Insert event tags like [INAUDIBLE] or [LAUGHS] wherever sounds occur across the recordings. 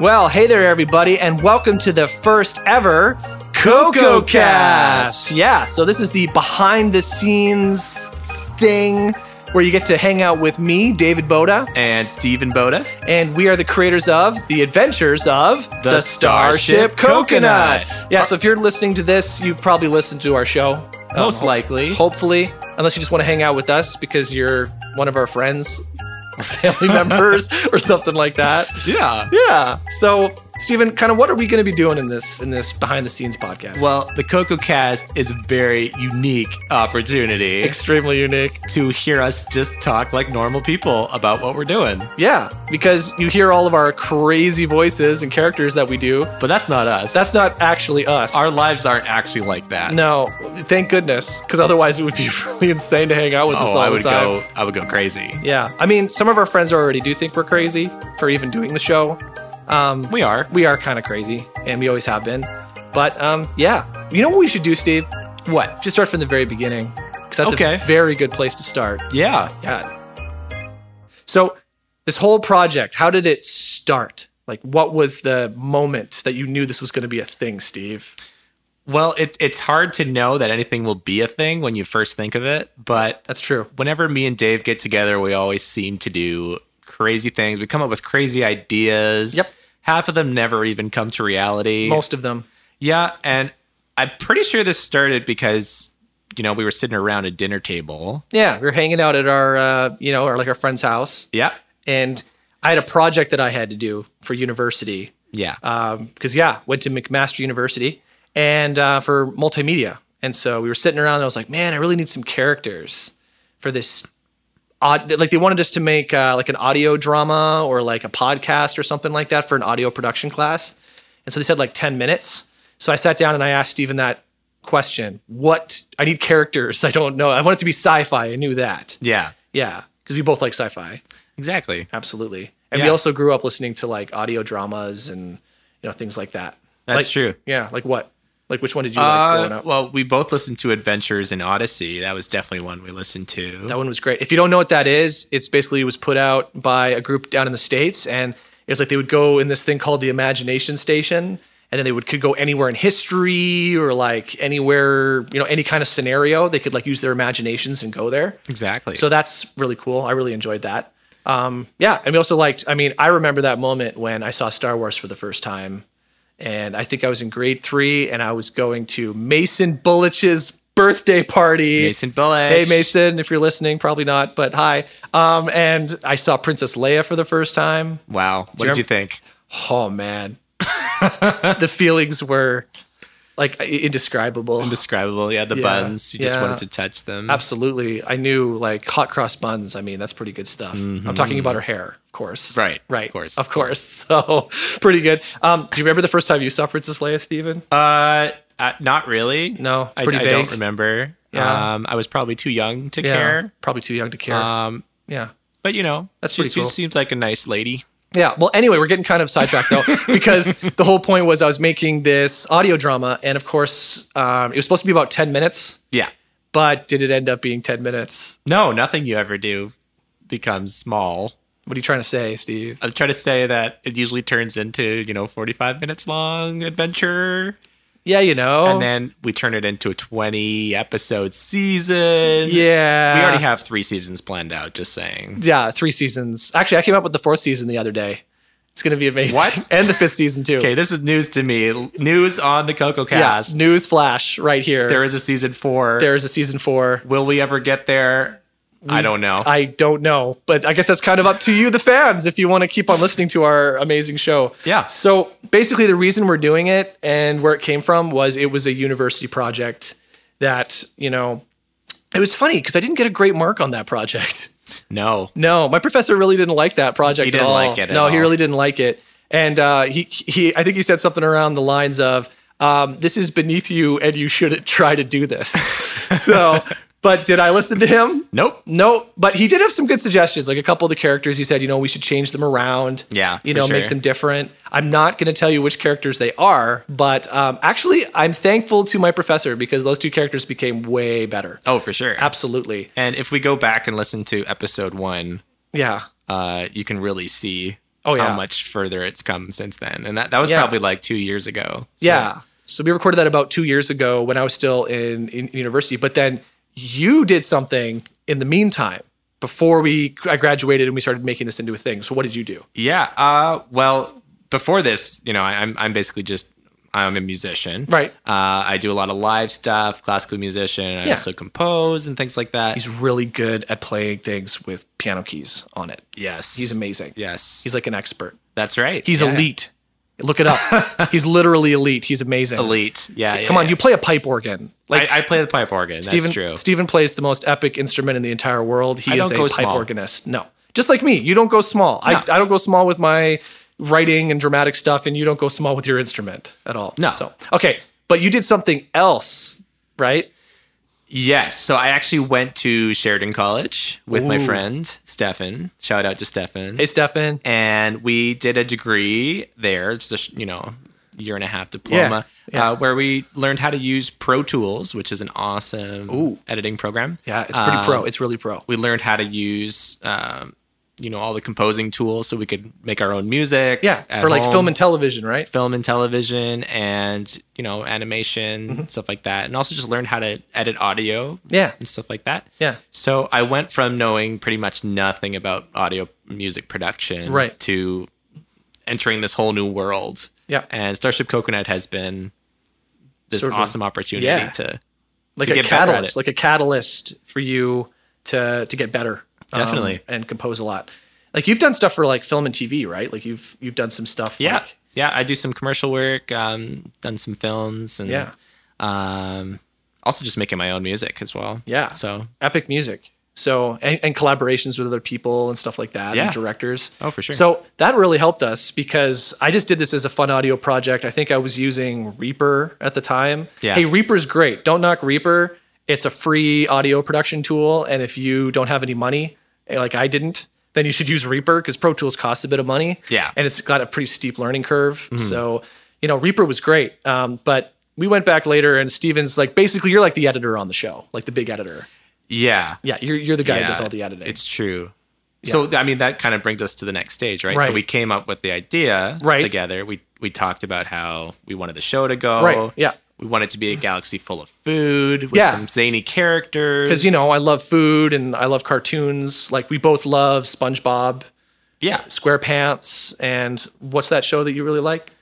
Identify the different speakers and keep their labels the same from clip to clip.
Speaker 1: Well, hey there, everybody, and welcome to the first ever CocoCast. Yeah, so this is the behind the scenes thing where you get to hang out with me, David Boda,
Speaker 2: And Steven Boda.
Speaker 1: and we are the creators of The Adventures of
Speaker 2: The Starship Coconut.
Speaker 1: Yeah, so if you're listening to this, you've probably listened to our show. Uh,
Speaker 2: Most
Speaker 1: ho-
Speaker 2: likely.
Speaker 1: Hopefully, unless you just want to hang out with us because you're one of our friends [LAUGHS] or family members or something like that.
Speaker 2: Yeah.
Speaker 1: Yeah. So, Stephen, kind of what are we going to be doing in this in this behind the scenes podcast?
Speaker 2: Well, the CocoCast is a very unique opportunity
Speaker 1: extremely unique.
Speaker 2: to hear us just talk like normal people about what we're doing.
Speaker 1: Yeah, because you hear all of our crazy voices and characters that we do.
Speaker 2: But that's not us.
Speaker 1: That's not actually us.
Speaker 2: our lives aren't actually like that.
Speaker 1: no, thank goodness, because otherwise it would be [LAUGHS] really insane to hang out with us
Speaker 2: Oh,
Speaker 1: all
Speaker 2: I
Speaker 1: the
Speaker 2: would
Speaker 1: time.
Speaker 2: go. I would go crazy.
Speaker 1: Yeah, I mean, some of our friends already do think we're crazy for even doing the show. Um,
Speaker 2: We are.
Speaker 1: we are kind of crazy, and we always have been. But um, yeah, you know what we should do, Steve?
Speaker 2: What?
Speaker 1: Just start from the very beginning, because that's
Speaker 2: Okay.
Speaker 1: a very good place to start.
Speaker 2: Yeah.
Speaker 1: Yeah. So, this whole project, how did it start? Like, what was the moment that you knew this was going to be a thing, Steve?
Speaker 2: Well, it's it's hard to know that anything will be a thing when you first think of it, but
Speaker 1: That's true.
Speaker 2: whenever me and Dave get together, we always seem to do crazy things. We come up with crazy ideas.
Speaker 1: Yep.
Speaker 2: Half of them never even come to reality.
Speaker 1: Most of them.
Speaker 2: Yeah, and I'm pretty sure this started because you know we were sitting around a dinner table.
Speaker 1: Yeah, we were hanging out at our, uh, you know, or like our friend's house,
Speaker 2: Yeah,
Speaker 1: and I had a project that I had to do for university.
Speaker 2: yeah,
Speaker 1: Uh, because Um, yeah, went to McMaster University and uh, for multimedia. And so we were sitting around, and I was like, man, I really need some characters for this. Odd, like they wanted us to make uh, like an audio drama or like a podcast or something like that for an audio production class. And so they said like ten minutes. So I sat down and I asked Stephen that question: What I need characters? [LAUGHS] I don't know. I want it to be sci-fi. I knew that.
Speaker 2: yeah,
Speaker 1: Yeah, because we both like sci-fi
Speaker 2: exactly.
Speaker 1: absolutely. And we
Speaker 2: Yeah.
Speaker 1: also grew up listening to like audio dramas and you know things like that.
Speaker 2: That's
Speaker 1: Like-
Speaker 2: true.
Speaker 1: Yeah, like what? Like which one did you like growing
Speaker 2: Uh,
Speaker 1: up?
Speaker 2: well, we both listened to Adventures in Odyssey. That was definitely one we listened to.
Speaker 1: that one was great. If you don't know what that is, it's basically it was put out by a group down in the states, and it was like they would go in this thing called the Imagination Station, and then they would could go anywhere in history or like anywhere you know any kind of scenario. They could like use their imaginations and go there.
Speaker 2: exactly.
Speaker 1: So that's really cool. I really enjoyed that. Um, yeah, and we also liked. I mean, I remember that moment when I saw Star Wars for the first time, and I think I was in grade three, and I was going to Mason Bullich's birthday party.
Speaker 2: Mason Bullock.
Speaker 1: Hey Mason, if you're listening, probably not, but hi. Um, and I saw Princess Leia for the first time.
Speaker 2: Wow. What did you think?
Speaker 1: Oh man, [LAUGHS] the feelings were like indescribable.
Speaker 2: Indescribable. Yeah, the
Speaker 1: Yeah,
Speaker 2: buns. You just
Speaker 1: yeah.
Speaker 2: wanted to touch them.
Speaker 1: Absolutely. I knew like hot cross buns. I mean, that's pretty good stuff. I'm talking about her hair, of course.
Speaker 2: Mm-hmm. Right,
Speaker 1: Right.
Speaker 2: of course.
Speaker 1: Of course. [LAUGHS] So pretty good. Um, do you remember the first time you saw Princess Leia, Steven?
Speaker 2: Uh, uh, not really.
Speaker 1: No, it's
Speaker 2: I,
Speaker 1: pretty
Speaker 2: I don't
Speaker 1: vague.
Speaker 2: remember.
Speaker 1: Yeah.
Speaker 2: Um, I was probably too young to care.
Speaker 1: Probably too young to care.
Speaker 2: Um,
Speaker 1: yeah.
Speaker 2: but you know,
Speaker 1: That's
Speaker 2: she,
Speaker 1: pretty
Speaker 2: she
Speaker 1: cool.
Speaker 2: seems like a nice lady.
Speaker 1: Yeah. Well, anyway, we're getting kind of sidetracked
Speaker 2: [LAUGHS]
Speaker 1: though, because the whole point was I was making this audio drama, and of course, um, it was supposed to be about 10 minutes,
Speaker 2: Yeah.
Speaker 1: but did it end up being 10 minutes?
Speaker 2: No, nothing you ever do becomes small.
Speaker 1: What are you trying to say, Steve?
Speaker 2: I'm trying to say that it usually turns into, you know, 45 minutes long adventure.
Speaker 1: Yeah, you know.
Speaker 2: And then we turn it into a 20 episode season.
Speaker 1: yeah.
Speaker 2: We already have three seasons planned out, just saying.
Speaker 1: Yeah, three seasons. Actually, I came up with the fourth season the other day. It's gonna be amazing.
Speaker 2: What?
Speaker 1: [LAUGHS] And the fifth season too.
Speaker 2: [LAUGHS] Okay, this is news to me. News on the Coco
Speaker 1: yeah.
Speaker 2: cast.
Speaker 1: News flash right here.
Speaker 2: There is a season four.
Speaker 1: there is a season four.
Speaker 2: Will we ever get there? I don't know.
Speaker 1: I don't know, but I guess that's kind of up to you, the fans, if you want to keep on listening to our amazing show.
Speaker 2: Yeah.
Speaker 1: So basically, the reason we're doing it and where it came from was it was a university project that you know. It was funny because I didn't get a great mark on that project. [LAUGHS]
Speaker 2: no.
Speaker 1: No, my professor really didn't like that project.
Speaker 2: He didn't
Speaker 1: at all.
Speaker 2: like it at
Speaker 1: no, he
Speaker 2: all.
Speaker 1: really didn't like it. And uh, he he, I think he said something around the lines of, um, "This is beneath you, and you shouldn't try to do
Speaker 2: [LAUGHS]
Speaker 1: this." so, but did I listen to him?
Speaker 2: Nope.
Speaker 1: No, but he did have some good suggestions. Like a couple of the characters, he said, you know, we should change them around.
Speaker 2: Yeah,
Speaker 1: you
Speaker 2: for
Speaker 1: know, make
Speaker 2: sure.
Speaker 1: them different. I'm not going to tell you which characters they are, but um, actually, I'm thankful to my professor because those two characters became way better.
Speaker 2: Oh, for sure.
Speaker 1: Absolutely,
Speaker 2: And if we go back and listen to episode one,
Speaker 1: yeah.
Speaker 2: uh, you can really see
Speaker 1: Oh yeah.
Speaker 2: how much further it's come since then. And that, that was
Speaker 1: Yeah.
Speaker 2: probably like two years ago. So-
Speaker 1: Yeah. So we recorded that about two years ago when I was still in, in university. But then you did something in the meantime before we I graduated and we started making this into a thing. So what did you do?
Speaker 2: Yeah. Uh, well, before this, you know, I, I'm I'm basically just I'm a musician.
Speaker 1: Right.
Speaker 2: Uh, I do a lot of live stuff, classical musician. I
Speaker 1: Yeah.
Speaker 2: also compose and things like that.
Speaker 1: He's really good at playing things with piano keys on it.
Speaker 2: yes.
Speaker 1: He's amazing.
Speaker 2: yes.
Speaker 1: He's like an expert.
Speaker 2: that's right.
Speaker 1: He's
Speaker 2: Yeah.
Speaker 1: elite. Look [LAUGHS] it up. He's literally elite. He's amazing.
Speaker 2: Elite. Yeah. yeah,
Speaker 1: Come on,
Speaker 2: yeah.
Speaker 1: you play a pipe organ. Like
Speaker 2: I, I play the pipe organ.
Speaker 1: Stephen,
Speaker 2: that's true.
Speaker 1: Stephen plays the most epic instrument in the entire world. He
Speaker 2: I
Speaker 1: is
Speaker 2: don't
Speaker 1: a
Speaker 2: go
Speaker 1: pipe
Speaker 2: small.
Speaker 1: organist. No, just like me, you don't go small. I,
Speaker 2: No.
Speaker 1: I don't go small with my writing and dramatic stuff, and you don't go small with your instrument at all.
Speaker 2: No.
Speaker 1: So okay, but you did something else, right?
Speaker 2: Yes. So I actually went to Sheridan College with my
Speaker 1: Ooh.
Speaker 2: friend Stefan. Shout out to Stefan.
Speaker 1: Hey, Stefan.
Speaker 2: and we did a degree there. It's just you know year and a half diploma
Speaker 1: Yeah, yeah.
Speaker 2: Uh, where we learned how to use Pro Tools, which is an awesome editing program.
Speaker 1: Yeah, it's pretty
Speaker 2: Um,
Speaker 1: pro. It's really pro.
Speaker 2: We learned how to use um, you know all the composing tools, so we could make our own music.
Speaker 1: Yeah,
Speaker 2: at
Speaker 1: for like
Speaker 2: home,
Speaker 1: film and television, right?
Speaker 2: film and television, and you know animation
Speaker 1: Mm-hmm.
Speaker 2: stuff like that, and also just learn how to edit audio.
Speaker 1: Yeah.
Speaker 2: and stuff like that.
Speaker 1: Yeah.
Speaker 2: So I went from knowing pretty much nothing about audio music production
Speaker 1: Right.
Speaker 2: to entering this whole new world.
Speaker 1: Yeah.
Speaker 2: And Starship Coconut has been this
Speaker 1: Sort of a-
Speaker 2: awesome opportunity
Speaker 1: yeah.
Speaker 2: to
Speaker 1: Like
Speaker 2: to
Speaker 1: a
Speaker 2: get better at
Speaker 1: catalyst,
Speaker 2: it.
Speaker 1: like a catalyst for you to to get better, um,
Speaker 2: Definitely.
Speaker 1: and compose a lot. Like you've done stuff for like film and TV, right? Like you've you've done some stuff.
Speaker 2: yeah.
Speaker 1: like-
Speaker 2: yeah, I do some commercial work, um, done some films and
Speaker 1: yeah.
Speaker 2: um also just making my own music as well.
Speaker 1: Yeah.
Speaker 2: So
Speaker 1: epic music so and, and collaborations with other people and stuff like that
Speaker 2: Yeah.
Speaker 1: and directors
Speaker 2: Oh, for sure.
Speaker 1: so that really helped us because i just did this as a fun audio project i think i was using reaper at the time
Speaker 2: Yeah.
Speaker 1: hey reaper's great don't knock reaper it's a free audio production tool and if you don't have any money eh, like i didn't then you should use reaper because pro tools costs a bit of money
Speaker 2: Yeah. Mm-hmm.
Speaker 1: and it's got a pretty steep learning curve so you know reaper was great um, but we went back later and steven's like basically you're like the editor on the show like the big editor
Speaker 2: yeah.
Speaker 1: yeah, you're you're the guy that does
Speaker 2: Yeah,
Speaker 1: all the editing.
Speaker 2: It's true. So I mean that kind of brings us to the next stage, right?
Speaker 1: Right.
Speaker 2: So we came up with the idea
Speaker 1: Right.
Speaker 2: together. We we talked about how we wanted the show to go.
Speaker 1: Right, yeah.
Speaker 2: We want it to be a galaxy full of food with
Speaker 1: Yeah.
Speaker 2: some zany characters.
Speaker 1: because you know I love food and I love cartoons. Like we both love SpongeBob,
Speaker 2: Yeah.
Speaker 1: SquarePants, and what's that show that you really like?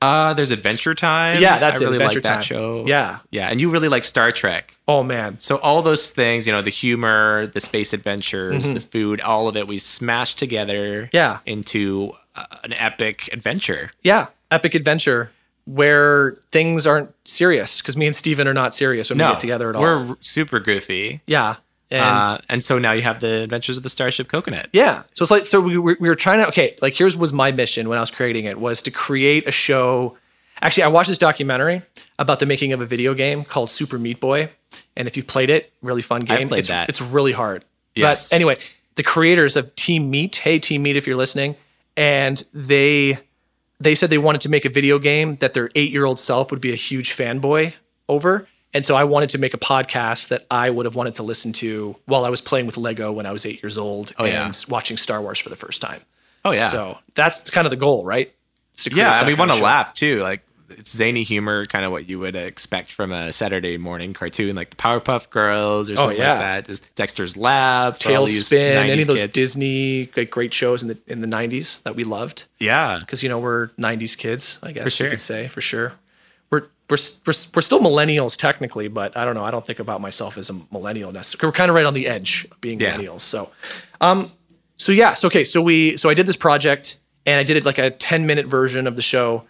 Speaker 2: Uh there's Adventure Time.
Speaker 1: Yeah, that's
Speaker 2: I
Speaker 1: it,
Speaker 2: really
Speaker 1: Adventure
Speaker 2: like that
Speaker 1: Time.
Speaker 2: show.
Speaker 1: Yeah.
Speaker 2: Yeah. And you really like Star Trek.
Speaker 1: Oh man,
Speaker 2: So all those things, you know, the humor, the space adventures, the food, all of it we smashed together
Speaker 1: Mm-hmm. Yeah.
Speaker 2: into uh, an epic adventure.
Speaker 1: yeah, epic adventure where things aren't serious because me and Steven are not serious when we get together at all.
Speaker 2: We're super goofy.
Speaker 1: yeah, and
Speaker 2: Uh, and so now you have the Adventures of the Starship Coconut.
Speaker 1: Yeah. So it's like so we were, we were trying to okay like here's was my mission when I was creating it was to create a show. Actually, I watched this documentary about the making of a video game called Super Meat Boy, and if you've played it, really fun game.
Speaker 2: played
Speaker 1: it's,
Speaker 2: that.
Speaker 1: It's really hard.
Speaker 2: Yes.
Speaker 1: But anyway, the creators of Team Meat, hey Team Meat, if you're listening, and they they said they wanted to make a video game that their eight year old self would be a huge fanboy over. And so I wanted to make a podcast that I would have wanted to listen to while I was playing with Lego when I was eight years old and
Speaker 2: Oh, yeah.
Speaker 1: watching Star Wars for the first time.
Speaker 2: Oh, yeah.
Speaker 1: So that's kind of the goal, right? It's to create
Speaker 2: yeah,
Speaker 1: that
Speaker 2: and we
Speaker 1: kind
Speaker 2: want
Speaker 1: of
Speaker 2: to
Speaker 1: show.
Speaker 2: laugh too. Like it's zany humor, kind of what you would expect from a Saturday morning cartoon, like the Powerpuff Girls or something
Speaker 1: Oh, yeah.
Speaker 2: like that. Just Dexter's Lab, for all these
Speaker 1: Tailspin, any
Speaker 2: 90s
Speaker 1: of those
Speaker 2: kids.
Speaker 1: Disney like, great shows in the in the '90s that we loved.
Speaker 2: yeah,
Speaker 1: because you know we're '90s kids, I guess
Speaker 2: sure.
Speaker 1: you could say for sure. We're we're s- we're s- we're still millennials technically, but I don't know. I don't think about myself as a millennial necessarily. We're kind of right on the edge of being
Speaker 2: Yeah.
Speaker 1: millennials. So, um, so yeah, so okay, so we so I did this project and I did it like a 10 minute version of the show,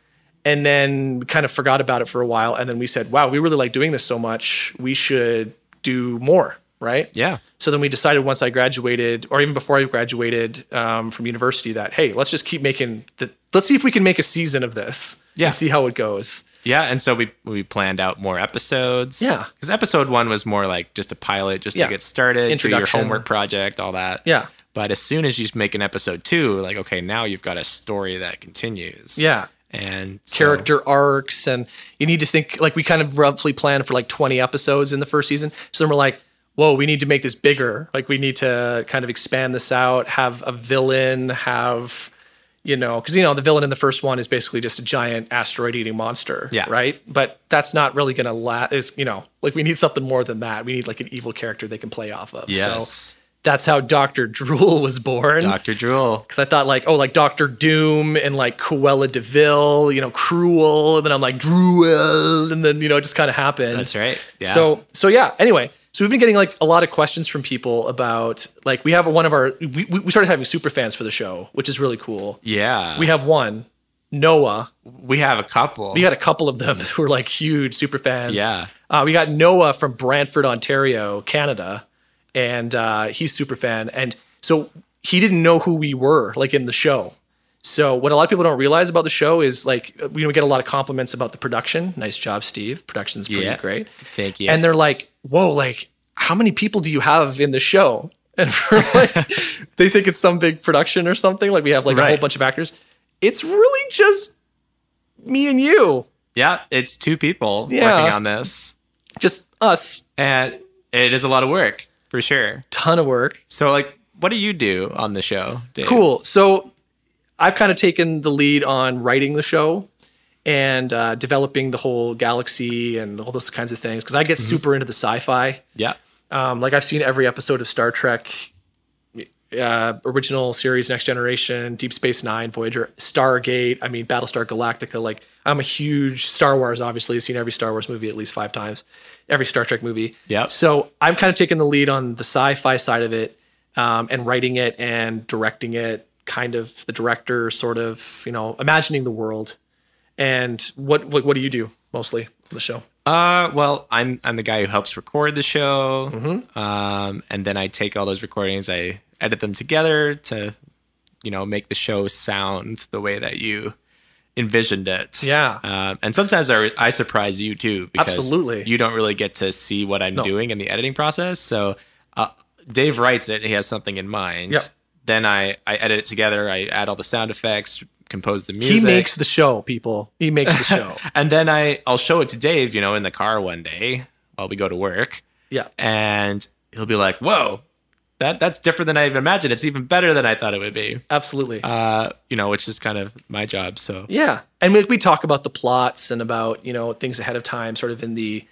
Speaker 1: and then we kind of forgot about it for a while, and then we said, wow, we really like doing this so much, we should do more, right?
Speaker 2: yeah,
Speaker 1: So then we decided once I graduated, or even before I graduated um, from university, that hey, let's just keep making the. Let's see if we can make a season of this.
Speaker 2: Yeah.
Speaker 1: And see how it goes.
Speaker 2: yeah. And so we we planned out more episodes.
Speaker 1: Yeah.
Speaker 2: because episode one was more like just a pilot, just
Speaker 1: Yeah.
Speaker 2: to get started, do your
Speaker 1: Introduction.
Speaker 2: homework project, all that.
Speaker 1: Yeah.
Speaker 2: But as soon as you make an episode two, like okay, now you've got a story that continues.
Speaker 1: Yeah.
Speaker 2: and so-
Speaker 1: Character arcs, and you need to think like we kind of roughly planned for like 20 episodes in the first season. So then we're like, whoa, we need to make this bigger. Like we need to kind of expand this out, have a villain, have you know, because you know the villain in the first one is basically just a giant asteroid-eating monster,
Speaker 2: Yeah.
Speaker 1: right? But that's not really going to last. Is you know, like we need something more than that. We need like an evil character they can play off of. So
Speaker 2: Yes.
Speaker 1: that's how Doctor Drool was born.
Speaker 2: Dr. Drool.
Speaker 1: because I thought like, oh, like Doctor Doom and like Cruella Deville, you know, Cruel, and then I'm like Druel, and then you know, it just kind of happened.
Speaker 2: That's right. Yeah.
Speaker 1: So so yeah. Anyway, so we've been getting like a lot of questions from people about like we have one of our we we we started having super fans for the show, which is really cool.
Speaker 2: yeah.
Speaker 1: We have one, Noah.
Speaker 2: we have a couple.
Speaker 1: We got a couple of them [LAUGHS] who are like huge super fans.
Speaker 2: Yeah.
Speaker 1: Uh, we got Noah from Brantford, Ontario, Canada, and uh, he's super fan. And so he didn't know who we were like in the show. So what a lot of people don't realize about the show is like we we get a lot of compliments about the production. Nice job, Steve. Production's pretty
Speaker 2: Yeah.
Speaker 1: great.
Speaker 2: Thank you.
Speaker 1: And they're like, "Whoa, like how many people do you have in the show?" [LAUGHS] And we're [LAUGHS] like, they think it's some big production or something. Like we have like a whole
Speaker 2: Right.
Speaker 1: bunch of actors. It's really just me and you,
Speaker 2: yeah, it's two people
Speaker 1: Yeah.
Speaker 2: working on this.
Speaker 1: just us.
Speaker 2: And it is a lot of work, for sure.
Speaker 1: Ton of work.
Speaker 2: So like what do you do on the show, Dave?
Speaker 1: Cool. So I've kind of taken the lead on writing the show and uh, developing the whole galaxy and all those kinds of things because I get super into the sci-fi.
Speaker 2: Yeah.
Speaker 1: Um, like I've seen every episode of Star Trek, uh, original series, Next Generation, Deep Space Nine, Voyager, Stargate. I mean, Battlestar Galactica. Like I'm a huge Star Wars. Obviously, I've seen every Star Wars movie at least five times, every Star Trek movie.
Speaker 2: Yep.
Speaker 1: So I'm kind of taking the lead on the sci-fi side of it, um, and writing it and directing it. Kind of the director, sort of you know, imagining the world. And what what, what do you do mostly on the show?
Speaker 2: Uh, well, I'm I'm the guy who helps record the show,
Speaker 1: Mm-hmm.
Speaker 2: um, and then I take all those recordings, I edit them together to, you know, make the show sound the way that you envisioned it.
Speaker 1: Yeah.
Speaker 2: Um, and sometimes I, I surprise you too because
Speaker 1: Absolutely.
Speaker 2: you don't really get to see what I'm doing in the editing process. So uh, Dave writes it; he has something in mind.
Speaker 1: Yep.
Speaker 2: Then I I edit it together. I add all the sound effects, compose the music.
Speaker 1: He makes the show, people. He makes the [LAUGHS] show.
Speaker 2: And then I I'll show it to Dave, you know, in the car one day while we go to work,
Speaker 1: yeah.
Speaker 2: and he'll be like, "Whoa, that that's different than I even imagined. It's even better than I thought it would be."
Speaker 1: Absolutely.
Speaker 2: Uh, you know, which is kind of my job. So
Speaker 1: yeah. And we, we talk about the plots and about, you know, things ahead of time, sort of in the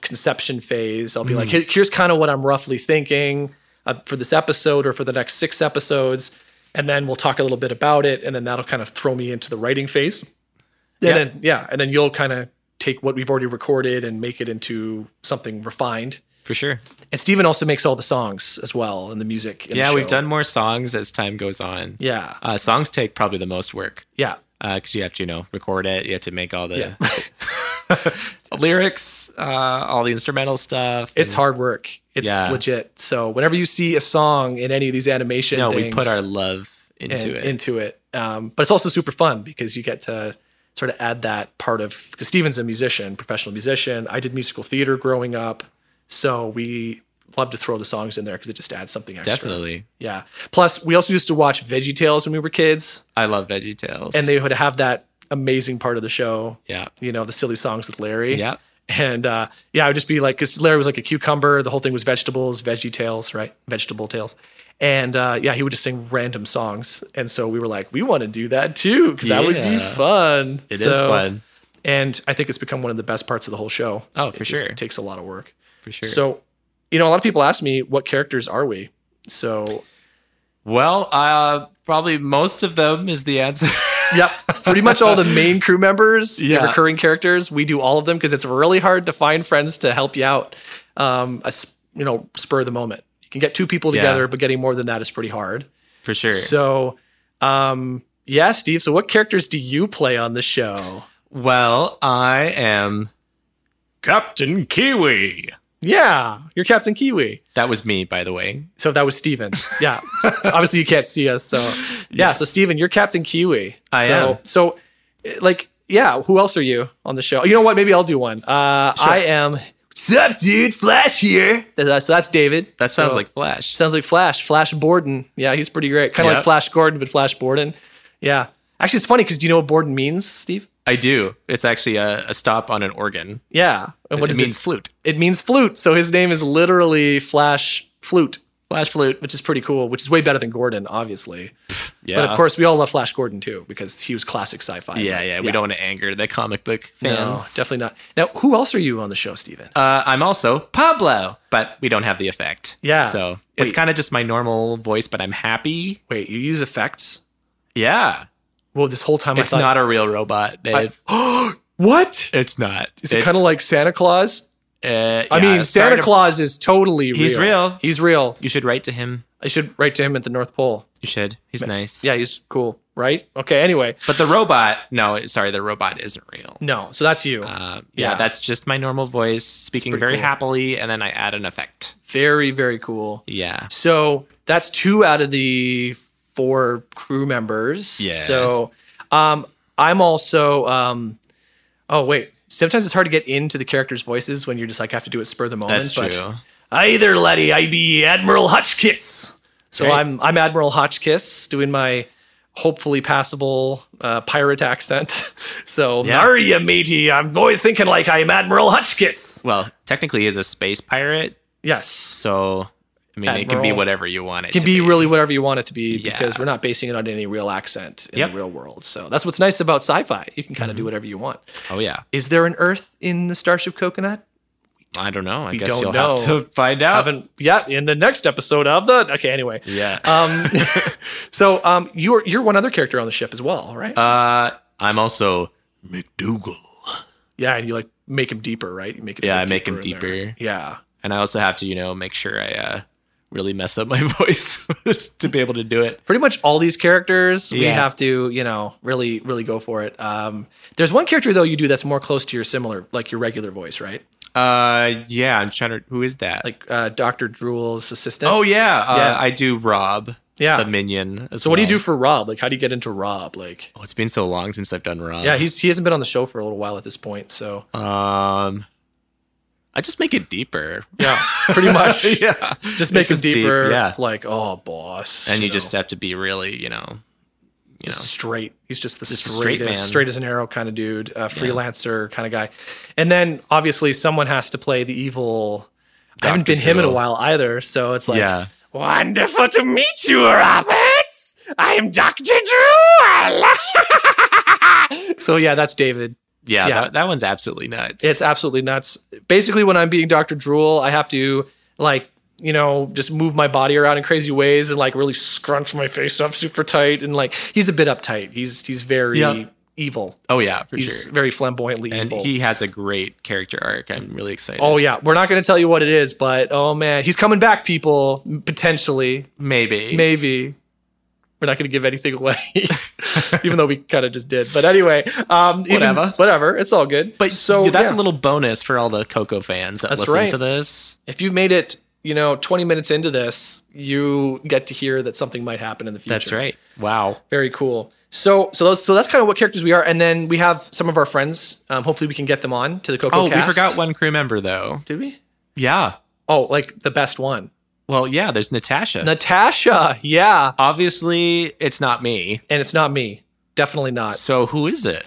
Speaker 1: conception phase. I'll be
Speaker 2: Mm.
Speaker 1: like, "Here- here's kind of what I'm roughly thinking uh, for this episode or for the next six episodes. And then we'll talk a little bit about it. And then that'll kind of throw me into the writing phase. And
Speaker 2: Yeah.
Speaker 1: then, yeah. And then you'll kind of take what we've already recorded and make it into something refined.
Speaker 2: for sure,
Speaker 1: And Steven also makes all the songs as well and the music. in the
Speaker 2: yeah, we've
Speaker 1: show.
Speaker 2: done more songs as time goes on.
Speaker 1: Yeah.
Speaker 2: Uh, songs take probably the most work
Speaker 1: Yeah.
Speaker 2: because you have to, you know, record it. You have to make all the
Speaker 1: Yeah.
Speaker 2: [LAUGHS] lyrics, uh, all the instrumental stuff.
Speaker 1: It's hard work. It's
Speaker 2: Yeah.
Speaker 1: legit. So whenever you see a song in any of these animation,
Speaker 2: no,
Speaker 1: things,
Speaker 2: we put our love
Speaker 1: and-
Speaker 2: into it.
Speaker 1: Into it. Um, but it's also super fun because you get to sort of add that part of because Steven's a musician, professional musician. I did musical theater growing up, so we love to throw the songs in there because it just adds something extra.
Speaker 2: Definitely,
Speaker 1: Yeah. Plus, we also used to watch Veggie Tales when we were kids,
Speaker 2: I love Veggie Tales,
Speaker 1: and they would have that amazing part of the show.
Speaker 2: yeah,
Speaker 1: You know, the silly songs with Larry.
Speaker 2: yeah.
Speaker 1: And uh, yeah, I would just be like, because Larry was like a cucumber. The whole thing was vegetables, veggie tales, right? Vegetable tales. And uh, yeah, he would just sing random songs. And so we were like, we want to do that too, because that would be
Speaker 2: Yeah.
Speaker 1: fun.
Speaker 2: It is
Speaker 1: So-
Speaker 2: fun
Speaker 1: And I think it's become one of the best parts of the whole show.
Speaker 2: Oh, for
Speaker 1: It just
Speaker 2: sure.
Speaker 1: takes a lot of work.
Speaker 2: for sure.
Speaker 1: So, you know, a lot of people ask me, what characters are we? So,
Speaker 2: well, uh, probably most of them is the answer. [LAUGHS]
Speaker 1: yeah, pretty much all the main crew members,
Speaker 2: Yeah.
Speaker 1: the recurring characters, we do all of them because it's really hard to find friends to help you out. Um, a s- you know, spur of the moment. You can get two people
Speaker 2: Yeah.
Speaker 1: together, but getting more than that is pretty hard.
Speaker 2: for sure.
Speaker 1: So, um, yeah, Steve. So, what characters do you play on the show?
Speaker 2: well, I am Captain Kiwi.
Speaker 1: Yeah, you're Captain Kiwi.
Speaker 2: That was me, by the way.
Speaker 1: So that was Steven.
Speaker 2: [LAUGHS]
Speaker 1: Yeah. Obviously you can't see us. So yeah. So Steven, you're Captain Kiwi.
Speaker 2: I
Speaker 1: so,
Speaker 2: am.
Speaker 1: So eh, like, yeah, who else are you on the show? You know what? Maybe I'll do one. Uh, I am What's up, dude? Flash here. That- So that's David.
Speaker 2: That sounds
Speaker 1: So-
Speaker 2: like Flash.
Speaker 1: sounds like Flash. Flash Borden. Yeah, he's pretty great. Kind of
Speaker 2: Yeah.
Speaker 1: like Flash Gordon, but Flash Borden. Yeah. Actually, it's funny because do you know what Borden means, Steve?
Speaker 2: I do. It's actually a, a stop on an organ.
Speaker 1: Yeah. And what
Speaker 2: it
Speaker 1: does
Speaker 2: means flute.
Speaker 1: it means flute. So his name is literally Flash Flute.
Speaker 2: Flash flute.
Speaker 1: which is pretty cool, which is way better than Gordon, obviously.
Speaker 2: Yeah.
Speaker 1: But of course, we all love Flash Gordon too because he was classic sci-fi.
Speaker 2: Yeah, yeah. We don't want to anger the comic book
Speaker 1: No,
Speaker 2: fans.
Speaker 1: definitely not. Now, who else are you on the show, Steven?
Speaker 2: Uh, I'm also Pablo, but we don't have the effect.
Speaker 1: Yeah.
Speaker 2: So
Speaker 1: Wait.
Speaker 2: it's kind of just my normal voice, but I'm happy.
Speaker 1: Wait, you use effects?
Speaker 2: Yeah.
Speaker 1: Whoa, this whole time
Speaker 2: It's
Speaker 1: I thought
Speaker 2: not a real robot, [GASPS] Dave.
Speaker 1: what?
Speaker 2: it's uh, not.
Speaker 1: Is it kind of like Santa Claus? I mean, Santa Claus is totally real.
Speaker 2: He's real.
Speaker 1: He's real.
Speaker 2: You should write to him.
Speaker 1: I should write to him at the North Pole.
Speaker 2: You should. He's nice.
Speaker 1: Yeah, he's cool, right? Okay. Anyway,
Speaker 2: But the robot, no, sorry, the robot isn't real.
Speaker 1: no. So that's you.
Speaker 2: Uh, yeah,
Speaker 1: Yeah.
Speaker 2: that's just my normal voice speaking
Speaker 1: pretty
Speaker 2: very
Speaker 1: cool.
Speaker 2: happily, and then I add an effect.
Speaker 1: very, very cool.
Speaker 2: Yeah.
Speaker 1: So that's two out of the four crew members.
Speaker 2: Yes.
Speaker 1: So um, I'm also. Um, oh wait. Sometimes it's hard to get into the characters' voices when you're just like have to do it spur of the moment.
Speaker 2: That's
Speaker 1: but
Speaker 2: true.
Speaker 1: I there, laddie, I be Admiral Hotchkiss. So
Speaker 2: Great.
Speaker 1: I'm I'm Admiral Hotchkiss doing my hopefully passable uh, pirate accent. [LAUGHS] So
Speaker 2: Yeah.
Speaker 1: are ya, matey? I'm always thinking like I am Admiral Hotchkiss.
Speaker 2: Well, technically, he's a space pirate,
Speaker 1: Yes.
Speaker 2: so I mean, it can be
Speaker 1: Admiral.
Speaker 2: whatever you want it
Speaker 1: can
Speaker 2: to
Speaker 1: be really whatever you want it to be because
Speaker 2: Yeah.
Speaker 1: we're not basing it on any real accent in
Speaker 2: Yep.
Speaker 1: the real world. So that's what's nice about sci-fi. You can kind of do whatever you want.
Speaker 2: Oh yeah.
Speaker 1: Is there an Earth in the Starship Coconut?
Speaker 2: I don't know. I guess
Speaker 1: don't
Speaker 2: you'll have
Speaker 1: know.
Speaker 2: to [LAUGHS] find out.
Speaker 1: Haven't. Yeah, in the next episode of the. Okay, anyway.
Speaker 2: yeah.
Speaker 1: Um, [LAUGHS] so um, you're you're one other character on the ship as well, right?
Speaker 2: Uh, I'm also McDougal,
Speaker 1: yeah, and you like make him deeper, right? You make it a
Speaker 2: Yeah,
Speaker 1: bit
Speaker 2: I make him
Speaker 1: in there.
Speaker 2: deeper.
Speaker 1: Yeah.
Speaker 2: and I also have to, you know, make sure I uh, really mess up my [LAUGHS] voice to be able to do it.
Speaker 1: pretty much all these characters we
Speaker 2: Yeah.
Speaker 1: have to you know really really go for it um, there's one character though you do that's more close to your similar like your regular voice right
Speaker 2: Uh, yeah. I'm trying to. Who is that?
Speaker 1: like uh, dr drool's assistant
Speaker 2: oh yeah. Uh,
Speaker 1: Yeah.
Speaker 2: I do Rob.
Speaker 1: Yeah.
Speaker 2: The minion.
Speaker 1: so what do you do for rob like how do you get into rob like
Speaker 2: Oh, it's been so long since I've done Rob.
Speaker 1: yeah he's he hasn't been on the show for a little while at this point so
Speaker 2: Um, I just make it deeper. [LAUGHS]
Speaker 1: yeah pretty much
Speaker 2: yeah.
Speaker 1: just make him
Speaker 2: Just deep,
Speaker 1: deeper
Speaker 2: yeah.
Speaker 1: it's like oh boss
Speaker 2: And you
Speaker 1: know,
Speaker 2: just have to be really, you know, you know,
Speaker 1: just straight he's just the
Speaker 2: a
Speaker 1: straightest
Speaker 2: straight
Speaker 1: straight, as
Speaker 2: man.
Speaker 1: an arrow kind of dude uh, freelancer kind of guy and then obviously someone has to play the evil I haven't
Speaker 2: Dr.
Speaker 1: been him in a
Speaker 2: Drew.
Speaker 1: while either, so it's like
Speaker 2: yeah.
Speaker 1: Wonderful to meet you, Roberts. I'm Dr. Drew. so yeah, that's David.
Speaker 2: [LAUGHS] Yeah,
Speaker 1: Yeah.
Speaker 2: That, that one's absolutely nuts.
Speaker 1: It's absolutely nuts. Basically, when I'm being Dr. Drool, I have to like, you know, just move my body around in crazy ways and like really scrunch my face up super tight and like he's a bit uptight. He's he's very
Speaker 2: Yeah.
Speaker 1: evil.
Speaker 2: oh yeah, for
Speaker 1: He's
Speaker 2: sure.
Speaker 1: very flamboyantly
Speaker 2: And
Speaker 1: evil.
Speaker 2: he has a great character arc. I'm really excited.
Speaker 1: oh yeah, we're not going to tell you what it is, but oh man, he's coming back people potentially.
Speaker 2: maybe.
Speaker 1: maybe we're not going to give anything away [LAUGHS] even though we kind of just did but anyway um even-
Speaker 2: Whatever.
Speaker 1: whatever it's all good
Speaker 2: But
Speaker 1: so
Speaker 2: so that's
Speaker 1: yeah.
Speaker 2: a little bonus for all the Coco fans that
Speaker 1: That's
Speaker 2: listen
Speaker 1: right.
Speaker 2: to this.
Speaker 1: if you made it you know 20 minutes into this you get to hear that something might happen in the future
Speaker 2: That's right. Wow.
Speaker 1: very cool so so those, so that's kind of what characters we are and then we have some of our friends um hopefully we can get them on to the coco
Speaker 2: Oh,
Speaker 1: cast.
Speaker 2: we forgot one crew member though.
Speaker 1: did we
Speaker 2: Yeah.
Speaker 1: oh like the best one
Speaker 2: Well, yeah. There's Natasha.
Speaker 1: natasha yeah
Speaker 2: Obviously, it's not me.
Speaker 1: and it's not me definitely not
Speaker 2: So who is it?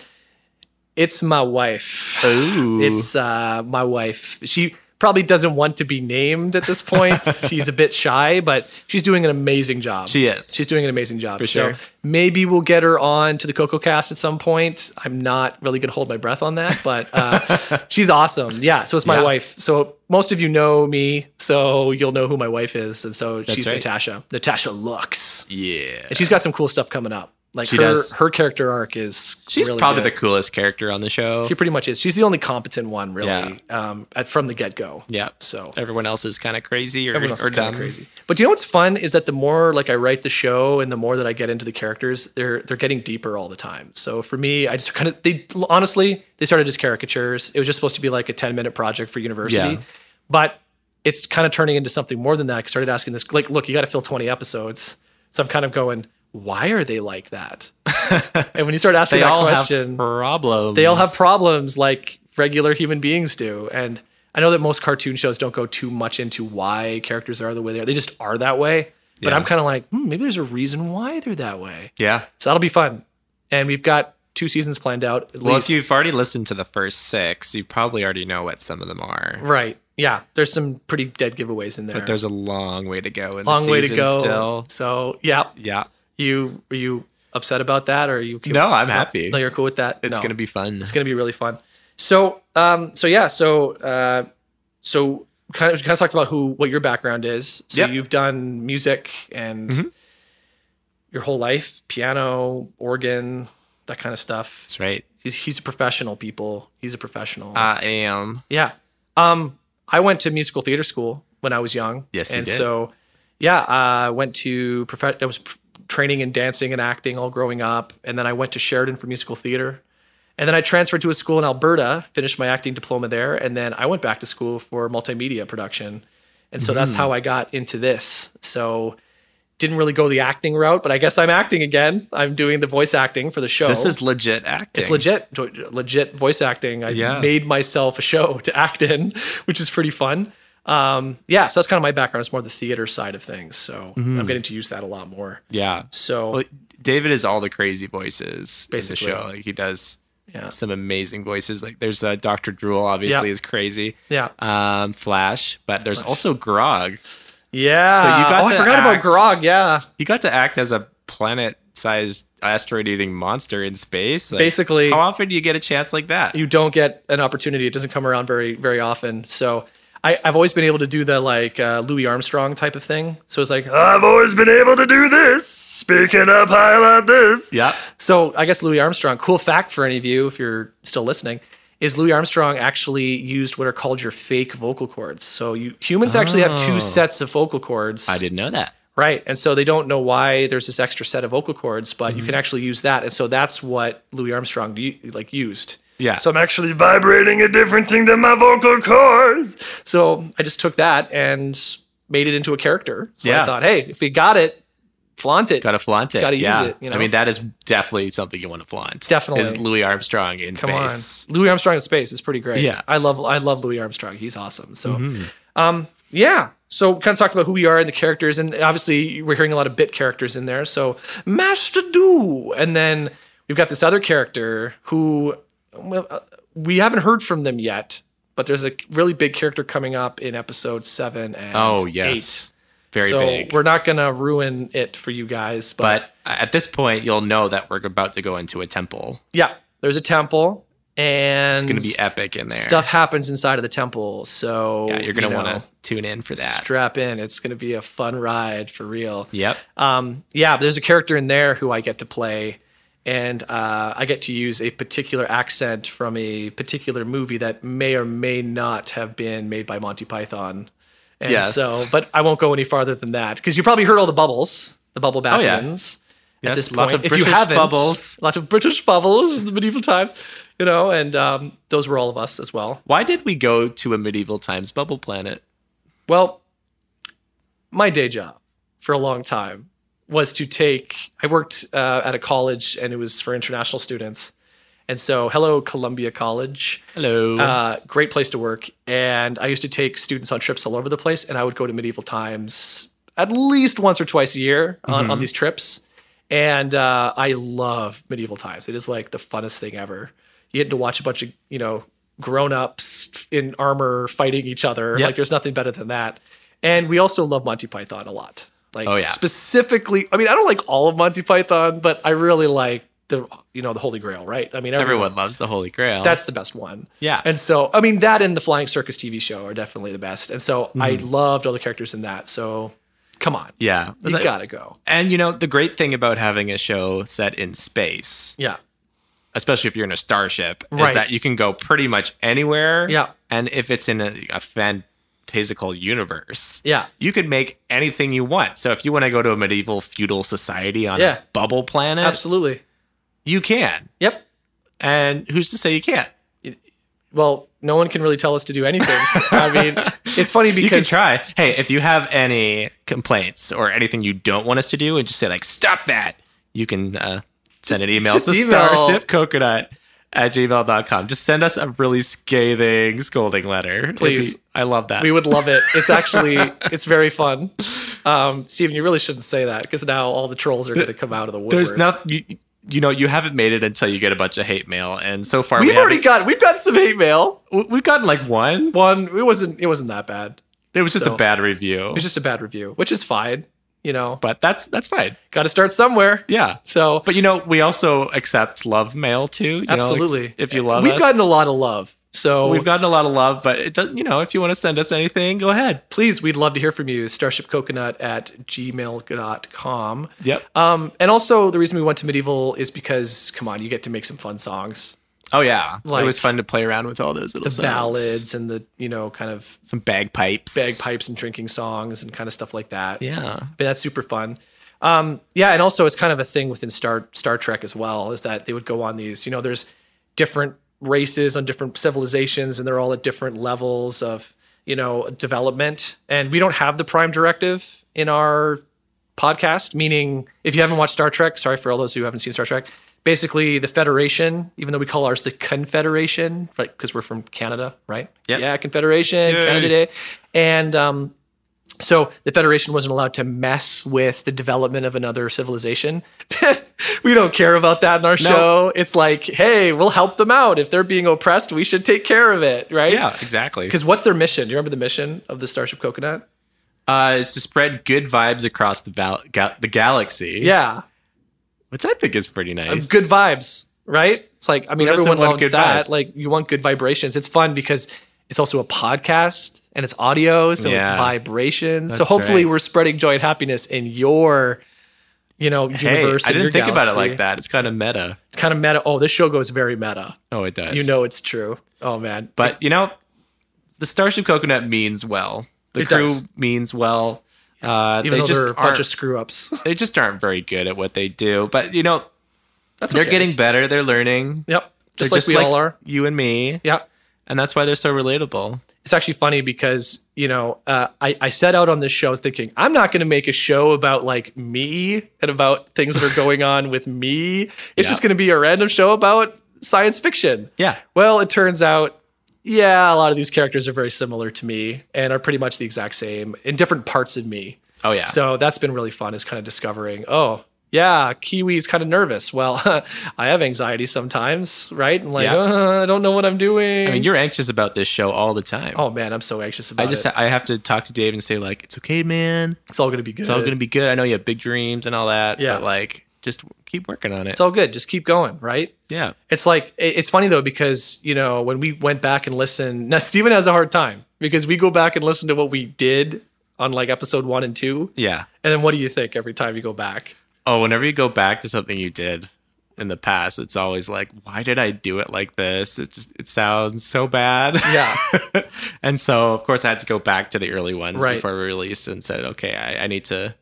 Speaker 1: it's my wife
Speaker 2: Ooh.
Speaker 1: It's uh, my wife. She probably doesn't want to be named at this point.
Speaker 2: [LAUGHS]
Speaker 1: she's a bit shy, but she's doing an amazing job.
Speaker 2: she is.
Speaker 1: She's doing an amazing job. For
Speaker 2: sure.
Speaker 1: So maybe we'll get her on to the Coco Cast at some point. I'm not really gonna hold my breath on that, but
Speaker 2: [LAUGHS]
Speaker 1: uh, she's awesome. Yeah. So it's my
Speaker 2: Yeah.
Speaker 1: wife. So most of you know me, so you'll know who my wife is, and so she's
Speaker 2: right.
Speaker 1: Natasha. Natasha looks,
Speaker 2: yeah.
Speaker 1: and she's got some cool stuff coming up. Like
Speaker 2: She
Speaker 1: her
Speaker 2: does.
Speaker 1: her character arc is
Speaker 2: She's
Speaker 1: really
Speaker 2: probably
Speaker 1: good.
Speaker 2: the coolest character on the show.
Speaker 1: She pretty much is. She's the only competent one, really, um, at, from the get go.
Speaker 2: yeah.
Speaker 1: So
Speaker 2: Everyone else is kind of crazy or,
Speaker 1: everyone else
Speaker 2: or
Speaker 1: is kind
Speaker 2: dumb.
Speaker 1: of crazy. But you know what's fun is that the more like I write the show and the more that I get into the characters, they're they're getting deeper all the time. So for me, I just [LAUGHS] kind of they honestly they started as caricatures. It was just supposed to be like a ten minute project for university,
Speaker 2: Yeah.
Speaker 1: but it's kind of turning into something more than that. I started asking this like, look, you got to fill twenty episodes. So I'm kind of going, why are they like that? [LAUGHS] and when you start asking
Speaker 2: They
Speaker 1: that
Speaker 2: all
Speaker 1: question,
Speaker 2: have problems.
Speaker 1: they all have problems like regular human beings do and i know that most cartoon shows don't go too much into why characters are the way they are they just are that way but
Speaker 2: Yeah.
Speaker 1: i'm kind of like hmm, maybe there's a reason why they're that way
Speaker 2: Yeah.
Speaker 1: so that'll be fun and we've got two seasons planned out at
Speaker 2: Well,
Speaker 1: least
Speaker 2: if you've already listened to the first six, you probably already know what some of them are.
Speaker 1: right yeah, there's some pretty dead giveaways in there.
Speaker 2: But there's a long way to go. In
Speaker 1: long
Speaker 2: the
Speaker 1: way to
Speaker 2: season
Speaker 1: go.
Speaker 2: Still,
Speaker 1: So yeah,
Speaker 2: yeah.
Speaker 1: you are you upset about that, or are you?
Speaker 2: No, I'm happy.
Speaker 1: No, you're cool with that.
Speaker 2: It's
Speaker 1: No.
Speaker 2: gonna be fun.
Speaker 1: It's gonna be really fun. So, um, so yeah, so, uh, so kind of kind of talked about who what your background is. So
Speaker 2: Yep.
Speaker 1: you've done music and your whole life, piano, organ, that kind of stuff.
Speaker 2: That's right.
Speaker 1: He's he's a professional, people. He's a professional.
Speaker 2: I am.
Speaker 1: yeah. Um, I went to musical theater school when I was young.
Speaker 2: Yes, you
Speaker 1: and
Speaker 2: did.
Speaker 1: so, yeah, uh, I went to prof- I was pr- training in dancing and acting all growing up, and then I went to Sheridan for musical theater, and then I transferred to a school in Alberta, finished my acting diploma there, and then I went back to school for multimedia production, and so
Speaker 2: Mm.
Speaker 1: that's how I got into this. So. Didn't really go the acting route, but I guess I'm acting again. I'm doing the voice acting for the show.
Speaker 2: This is legit
Speaker 1: Oh.
Speaker 2: acting.
Speaker 1: It's legit, jo- legit voice acting. I
Speaker 2: Yeah.
Speaker 1: made myself a show to act in, [LAUGHS] which is pretty fun. Um, yeah, so that's kind of my background. It's more the theater side of things. So I'm getting to use that a lot more.
Speaker 2: Yeah.
Speaker 1: So
Speaker 2: Mm-hmm. Well, David is all the crazy voices
Speaker 1: Basically.
Speaker 2: in the show. Like he does
Speaker 1: Yeah.
Speaker 2: some amazing voices. Like there's uh, Doctor Drool, obviously,
Speaker 1: Yeah.
Speaker 2: is crazy.
Speaker 1: yeah,
Speaker 2: Um, Flash, but there's also Grog.
Speaker 1: yeah.
Speaker 2: so you got
Speaker 1: oh, I
Speaker 2: to
Speaker 1: forgot about
Speaker 2: act-
Speaker 1: Grog. Yeah,
Speaker 2: He got to act as a planet-sized asteroid-eating monster in space. Like,
Speaker 1: Basically-
Speaker 2: how often do you get a chance like that?
Speaker 1: you don't get an opportunity. It doesn't come around very very often. So. I, I've always been able to do the like uh, Louis Armstrong type of thing. So it's like, I've always been able to do this. Speaking up high like this.
Speaker 2: yeah.
Speaker 1: So I guess Louis Armstrong, cool fact for any of you if you're still listening, is Louis Armstrong actually used what are called your fake vocal cords. So you humans actually have two sets of vocal cords.
Speaker 2: Oh. I didn't know that.
Speaker 1: Right. And so they don't know why there's this extra set of vocal cords, but
Speaker 2: Mm-hmm.
Speaker 1: you can actually use that. And so that's what Louis Armstrong u- like used.
Speaker 2: Yeah.
Speaker 1: So I'm actually vibrating a different thing than my vocal cords. So I just took that and made it into a character. So I
Speaker 2: Yeah.
Speaker 1: thought, hey, if you got it, flaunt it.
Speaker 2: Got to flaunt it.
Speaker 1: Gotta use
Speaker 2: yeah.
Speaker 1: it, you know?
Speaker 2: I mean, that is definitely something you want to flaunt.
Speaker 1: Definitely.
Speaker 2: Is Louis Armstrong in
Speaker 1: Come on.
Speaker 2: space?
Speaker 1: Louis Armstrong in space is pretty great.
Speaker 2: Yeah. Mm-hmm.
Speaker 1: I love I love Louis Armstrong. He's awesome. So um yeah. So kind of talked about who we are and the characters, and obviously we're hearing a lot of bit characters in there. So Master Do, and then we've got this other character who well, uh, we haven't heard from them yet, but there's a really big character coming up in episode seven and
Speaker 2: Oh
Speaker 1: eight.
Speaker 2: yes. Very
Speaker 1: so
Speaker 2: big.
Speaker 1: we're not gonna ruin it for you guys, but
Speaker 2: But at this point, you'll know that we're about to go into a temple.
Speaker 1: yeah, there's a temple, and
Speaker 2: It's going to be epic in there.
Speaker 1: stuff happens inside of the temple. So
Speaker 2: Yeah, you're going to
Speaker 1: you know,
Speaker 2: want to tune in for that.
Speaker 1: strap in. It's going to be a fun ride for real.
Speaker 2: yep.
Speaker 1: Um, yeah, but there's a character in there who I get to play, and uh, I get to use a particular accent from a particular movie that may or may not have been made by Monty Python. And
Speaker 2: Yes.
Speaker 1: so, but I won't go any farther than that because you probably heard all the bubbles, the bubble
Speaker 2: Oh, yeah.
Speaker 1: bathrons. At
Speaker 2: Yes,
Speaker 1: this
Speaker 2: lot
Speaker 1: point,
Speaker 2: of
Speaker 1: if you
Speaker 2: British
Speaker 1: haven't,
Speaker 2: bubbles.
Speaker 1: a lot of British bubbles in the medieval times, you know, and um, those were all of us as well.
Speaker 2: Why did we go to a medieval times bubble planet?
Speaker 1: Well, my day job for a long time was to take. I worked uh, at a college, and it was for international students. And so, hello, Columbia College.
Speaker 2: Hello.
Speaker 1: Uh, great place to work. And I used to take students on trips all over the place, and I would go to medieval times at least once or twice a year
Speaker 2: Mm-hmm.
Speaker 1: on, on these trips. And uh, I love medieval times. It is like the funnest thing ever. You get to watch a bunch of you know grown ups in armor fighting each other.
Speaker 2: Yep.
Speaker 1: Like there's nothing better than that. And we also love Monty Python a lot. Like
Speaker 2: Oh, yeah.
Speaker 1: specifically, I mean, I don't like all of Monty Python, but I really like the you know the Holy Grail, right? I mean, everyone
Speaker 2: Everyone loves the Holy Grail.
Speaker 1: that's the best one.
Speaker 2: Yeah.
Speaker 1: And so, I mean, that and the Flying Circus TV show are definitely the best. And so, I loved all the characters in that. So, come on.
Speaker 2: Mm-hmm. yeah.
Speaker 1: You gotta go.
Speaker 2: and you know, the great thing about having a show set in space,
Speaker 1: Yeah.
Speaker 2: especially if you're in a starship,
Speaker 1: Right.
Speaker 2: is that you can go pretty much anywhere.
Speaker 1: Yeah.
Speaker 2: And if it's in a, a fantastical universe,
Speaker 1: Yeah.
Speaker 2: you could make anything you want. So if you want to go to a medieval feudal society on
Speaker 1: Yeah.
Speaker 2: a bubble planet,
Speaker 1: Absolutely.
Speaker 2: you can.
Speaker 1: Yep.
Speaker 2: And who's to say you can't?
Speaker 1: Well, no one can really tell us to do
Speaker 2: [LAUGHS]
Speaker 1: anything. I mean, it's funny because
Speaker 2: You can try. Hey, if you have any complaints or anything you don't want us to do, and just say like, "Stop that," you can uh, send an email
Speaker 1: just
Speaker 2: to
Speaker 1: email.
Speaker 2: starshipcoconut at gmail.com. Just send us a really scathing, scolding letter, It'd
Speaker 1: Please.
Speaker 2: be- I love that.
Speaker 1: we would love it. It's actually it's very fun. Um, Steven, you really shouldn't say that because now all the trolls are going to come out of the woodwork.
Speaker 2: There's nothing. you know, you haven't made it until you get a bunch of hate mail, and so far
Speaker 1: We've
Speaker 2: we
Speaker 1: already
Speaker 2: haven't-
Speaker 1: got we've got some hate mail.
Speaker 2: we- we've gotten like one.
Speaker 1: One, it wasn't it wasn't that bad.
Speaker 2: It was just
Speaker 1: So-
Speaker 2: a bad review,
Speaker 1: It was just a bad review, which is fine. You know,
Speaker 2: but that's that's fine.
Speaker 1: got to start somewhere.
Speaker 2: Yeah,
Speaker 1: So
Speaker 2: but you know, we also accept love mail too. you know, ex-
Speaker 1: absolutely,
Speaker 2: if you love
Speaker 1: we've
Speaker 2: us.
Speaker 1: gotten a lot of love. So
Speaker 2: We've gotten a lot of love, but it doesn't, you know, if you want to send us anything, go ahead.
Speaker 1: please, we'd love to hear from you. Starshipcoconut at gmail.com.
Speaker 2: Yep.
Speaker 1: Um, and also the reason we went to medieval is because come on, you get to make some fun songs,
Speaker 2: Oh yeah,
Speaker 1: Like-
Speaker 2: it was fun to play around with all those little sounds.
Speaker 1: ballads, and the you know kind of
Speaker 2: some bagpipes,
Speaker 1: bagpipes and drinking songs and kind of stuff like that.
Speaker 2: Yeah,
Speaker 1: but that's super fun. Um, yeah, and also it's kind of a thing within Star Star Trek as well is that they would go on these. You know, there's different races on different civilizations, and they're all at different levels of you know development. And we don't have the Prime Directive in our podcast. Meaning, if you haven't watched Star Trek, sorry for all those who haven't seen Star Trek. Basically, the Federation, even though we call ours the Confederation, right? Because we're from Canada, right?
Speaker 2: Yep.
Speaker 1: Yeah, Confederation,
Speaker 2: Yay.
Speaker 1: Canada Day, and um, so the Federation wasn't allowed to mess with the development of another civilization. [LAUGHS] we don't care about that in our show. It's like, hey, we'll help them out. If they're being oppressed, we should take care of it, right?
Speaker 2: yeah, exactly.
Speaker 1: Because what's their mission? Do you remember the mission of the Starship Coconut?
Speaker 2: uh, is to spread good vibes across the val- ga- the galaxy.
Speaker 1: Yeah.
Speaker 2: which I think is pretty nice.
Speaker 1: Good vibes, right? It's like, I mean,
Speaker 2: Who doesn't
Speaker 1: everyone
Speaker 2: want
Speaker 1: loves
Speaker 2: good
Speaker 1: that.
Speaker 2: vibes?
Speaker 1: Like, you want good vibrations. It's fun because it's also a podcast and it's audio, so it's
Speaker 2: Yeah.
Speaker 1: vibrations. so
Speaker 2: That's
Speaker 1: hopefully,
Speaker 2: right.
Speaker 1: we're spreading joy and happiness in your, you know,
Speaker 2: Hey,
Speaker 1: universe.
Speaker 2: I
Speaker 1: and your
Speaker 2: didn't think about it
Speaker 1: galaxy.
Speaker 2: like that. It's kind of meta.
Speaker 1: it's kind of meta. Oh, this show goes very meta.
Speaker 2: Oh, it does.
Speaker 1: You know it's true. Oh man,
Speaker 2: but you know, the Starship Coconut means well. The
Speaker 1: It
Speaker 2: crew
Speaker 1: does.
Speaker 2: means well. Uh,
Speaker 1: even
Speaker 2: they
Speaker 1: though
Speaker 2: just
Speaker 1: they're a bunch
Speaker 2: aren't-
Speaker 1: of screw ups,
Speaker 2: they just aren't very good at what they do. But you know,
Speaker 1: [LAUGHS] that's
Speaker 2: they're
Speaker 1: okay.
Speaker 2: getting better. They're learning.
Speaker 1: yep, just
Speaker 2: They're
Speaker 1: like we all are.
Speaker 2: You and me.
Speaker 1: Yeah,
Speaker 2: And that's why they're so relatable.
Speaker 1: it's actually funny because you know uh, I I set out on this show thinking I'm not going to make a show about like me and about things that are going on with me. It's
Speaker 2: Yeah.
Speaker 1: just going to be a random show about science fiction.
Speaker 2: Yeah.
Speaker 1: Well, it turns out, yeah, a lot of these characters are very similar to me and are pretty much the exact same in different parts of me.
Speaker 2: Oh yeah.
Speaker 1: So that's been really fun is kind of discovering, oh, yeah, Kiwi's kind of nervous. Well, [LAUGHS] I have anxiety sometimes, right? I'm like,
Speaker 2: Yeah.
Speaker 1: uh, I don't know what I'm doing.
Speaker 2: I mean, you're anxious about this show all the time.
Speaker 1: oh man, I'm so anxious about
Speaker 2: I just
Speaker 1: it.
Speaker 2: I have to talk to Dave and say like, it's okay, man.
Speaker 1: it's all gonna be good.
Speaker 2: It's all gonna be good. I know you have big dreams and all that.
Speaker 1: Yeah.
Speaker 2: But like, just keep working on it.
Speaker 1: It's all good. Just keep going, right?
Speaker 2: yeah.
Speaker 1: It's like it- it's funny though because you know when we went back and listened. [LAUGHS] Now Steven has a hard time because we go back and listen to what we did on like episode one and two,
Speaker 2: Yeah.
Speaker 1: and then what do you think every time you go back?
Speaker 2: Oh, whenever you go back to something you did in the past, it's always like, why did I do it like this? It just it sounds so bad.
Speaker 1: Yeah.
Speaker 2: [LAUGHS] and so of course I had to go back to the early ones
Speaker 1: Right.
Speaker 2: before we released and said, okay, I, I need to,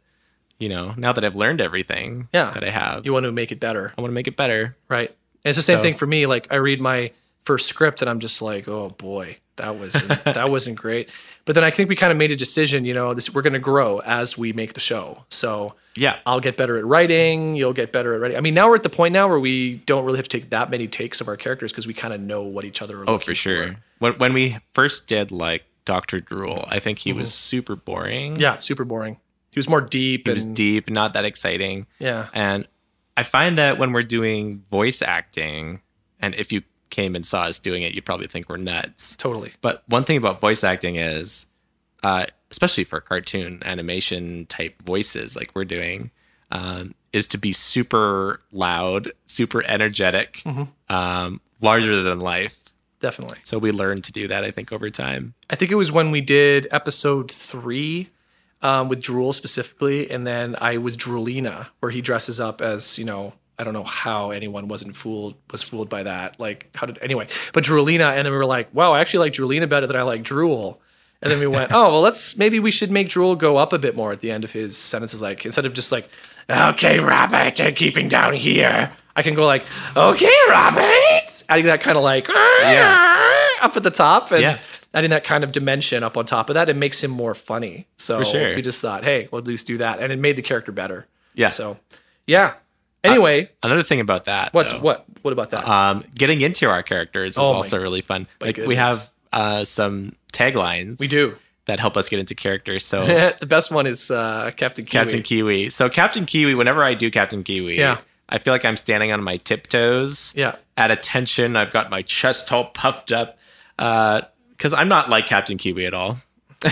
Speaker 2: you know, now that I've learned everything
Speaker 1: Yeah.
Speaker 2: that I have,
Speaker 1: You want to make it better.
Speaker 2: I want to make it better.
Speaker 1: Right. And it's the same
Speaker 2: So-
Speaker 1: thing for me. Like I read my first script and I'm just like, oh boy, that was
Speaker 2: [LAUGHS]
Speaker 1: that wasn't great. But then I think we kind of made a decision, you know, this we're gonna grow as we make the show. So
Speaker 2: Yeah.
Speaker 1: I'll get better at writing, you'll get better at writing. I mean, now we're at the point now where we don't really have to take that many takes of our characters because we kind of know what each other are
Speaker 2: Oh,
Speaker 1: looking
Speaker 2: for sure. When when we first did like Doctor Drool, I think he was super boring.
Speaker 1: Mm-hmm. Yeah, super boring. He was more deep
Speaker 2: It
Speaker 1: and
Speaker 2: was deep, not that exciting.
Speaker 1: yeah.
Speaker 2: And I find that when we're doing voice acting, and if you came and saw us doing it, you'd probably think we're nuts.
Speaker 1: Totally.
Speaker 2: But one thing about voice acting is, uh, especially for cartoon animation type voices like we're doing, um, is to be super loud, super energetic,
Speaker 1: Mm-hmm.
Speaker 2: um, larger than life.
Speaker 1: Definitely.
Speaker 2: So we learned to do that, I think, over time.
Speaker 1: I think it was when we did episode three um, with Drool specifically, and then I was Droolina, where he dresses up as you know. I don't know how anyone wasn't fooled was fooled by that. Like how did anyway? But Droolina, and then we were like, wow, I actually like Droolina better than I like Drool. And then we went, oh well, let's maybe we should make Drool go up a bit more at the end of his sentences. Like instead of just like, okay, Robert, and keeping down here, I can go like, okay, Robert, adding that kind of like, [LAUGHS] up at the top, and
Speaker 2: Yeah.
Speaker 1: adding that kind of dimension up on top of that, it makes him more funny. So
Speaker 2: For sure.
Speaker 1: we just thought, hey, we'll just do that, and it made the character better.
Speaker 2: Yeah.
Speaker 1: So, yeah. Anyway,
Speaker 2: Another thing about that.
Speaker 1: what's
Speaker 2: though,
Speaker 1: what? What about that?
Speaker 2: um, getting into our characters is
Speaker 1: Oh my-
Speaker 2: also really fun. Like we
Speaker 1: goodness.
Speaker 2: have uh, some taglines.
Speaker 1: we do. [LAUGHS]
Speaker 2: that help us get into character. So
Speaker 1: the best one is uh, Captain Kiwi.
Speaker 2: Captain Kiwi. So Captain Kiwi. Whenever I do Captain Kiwi,
Speaker 1: Yeah.
Speaker 2: I feel like I'm standing on my tiptoes.
Speaker 1: Yeah.
Speaker 2: At attention, I've got my chest all puffed up because I'm not like Captain Kiwi at all. [LAUGHS]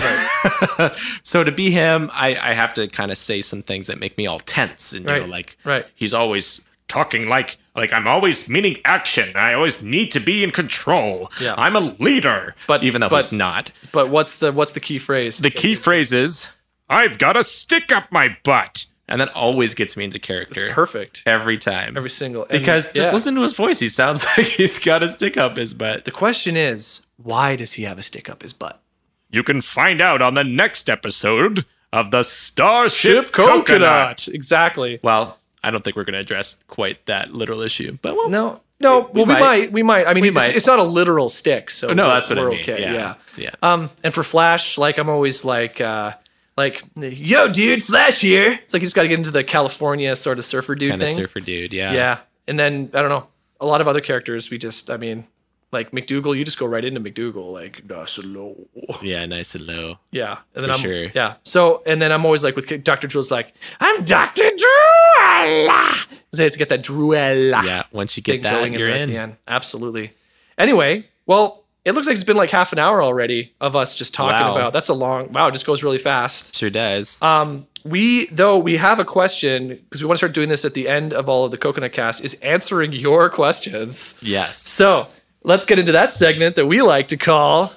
Speaker 2: so to be him, I, I have to kind of say some things that make me all tense and you
Speaker 1: Right,
Speaker 2: know, like
Speaker 1: right.
Speaker 2: he's always
Speaker 3: talking like like I'm always meaning action. I always need to be in control.
Speaker 1: Yeah.
Speaker 3: I'm a leader.
Speaker 2: but even though
Speaker 1: but-
Speaker 2: he's not.
Speaker 1: But what's the what's the key phrase?
Speaker 3: The key phrase is I've got a stick up my butt.
Speaker 2: And that always gets me into character.
Speaker 1: perfect.
Speaker 2: Every time.
Speaker 1: Every single and-
Speaker 2: because just
Speaker 1: yeah.
Speaker 2: listen to his voice. He sounds [LAUGHS] like he's got a stick up his butt.
Speaker 1: The question is, why does he have a stick up his butt?
Speaker 3: You can find out on the next episode of the Starship Coconut.
Speaker 1: Exactly.
Speaker 2: Well, I don't think we're going to address quite that literal issue, but we'll,
Speaker 1: No. No, well, we
Speaker 2: might.
Speaker 1: might. We might. I mean, it's,
Speaker 2: might.
Speaker 1: it's not a literal stick, so
Speaker 2: no,
Speaker 1: we're-
Speaker 2: that's what I
Speaker 1: we're
Speaker 2: mean.
Speaker 1: okay.
Speaker 2: Yeah.
Speaker 1: yeah.
Speaker 2: Yeah.
Speaker 1: Um, and for Flash, like I'm always like, uh, like, yo, dude, Flash here. It's like you just got to get into the California sort of surfer dude
Speaker 2: kind of
Speaker 1: thing.
Speaker 2: surfer dude. Yeah.
Speaker 1: Yeah, and then I don't know. A lot of other characters, we just, I mean, like McDougal, you just go right into McDougal, like, that's low.
Speaker 2: Yeah. Nice and low.
Speaker 1: Yeah, and then
Speaker 2: For
Speaker 1: I'm,
Speaker 2: sure.
Speaker 1: yeah. So, and then I'm always like with Dr. Drew's like, I'm Dr. Drewella. So I have to get that Drewella
Speaker 2: Yeah. Once you
Speaker 1: thing
Speaker 2: get that,
Speaker 1: going in
Speaker 2: you're
Speaker 1: there at
Speaker 2: in.
Speaker 1: the end. Absolutely. Anyway, well, it looks like it's been like half an hour already of us just talking
Speaker 2: Wow.
Speaker 1: about. That's a long. Wow, it just goes really fast.
Speaker 2: Sure does.
Speaker 1: Um, we though we have a question because we want to start doing this at the end of all of the coconut cast is answering your questions.
Speaker 2: yes.
Speaker 1: So let's get into that segment that we like to call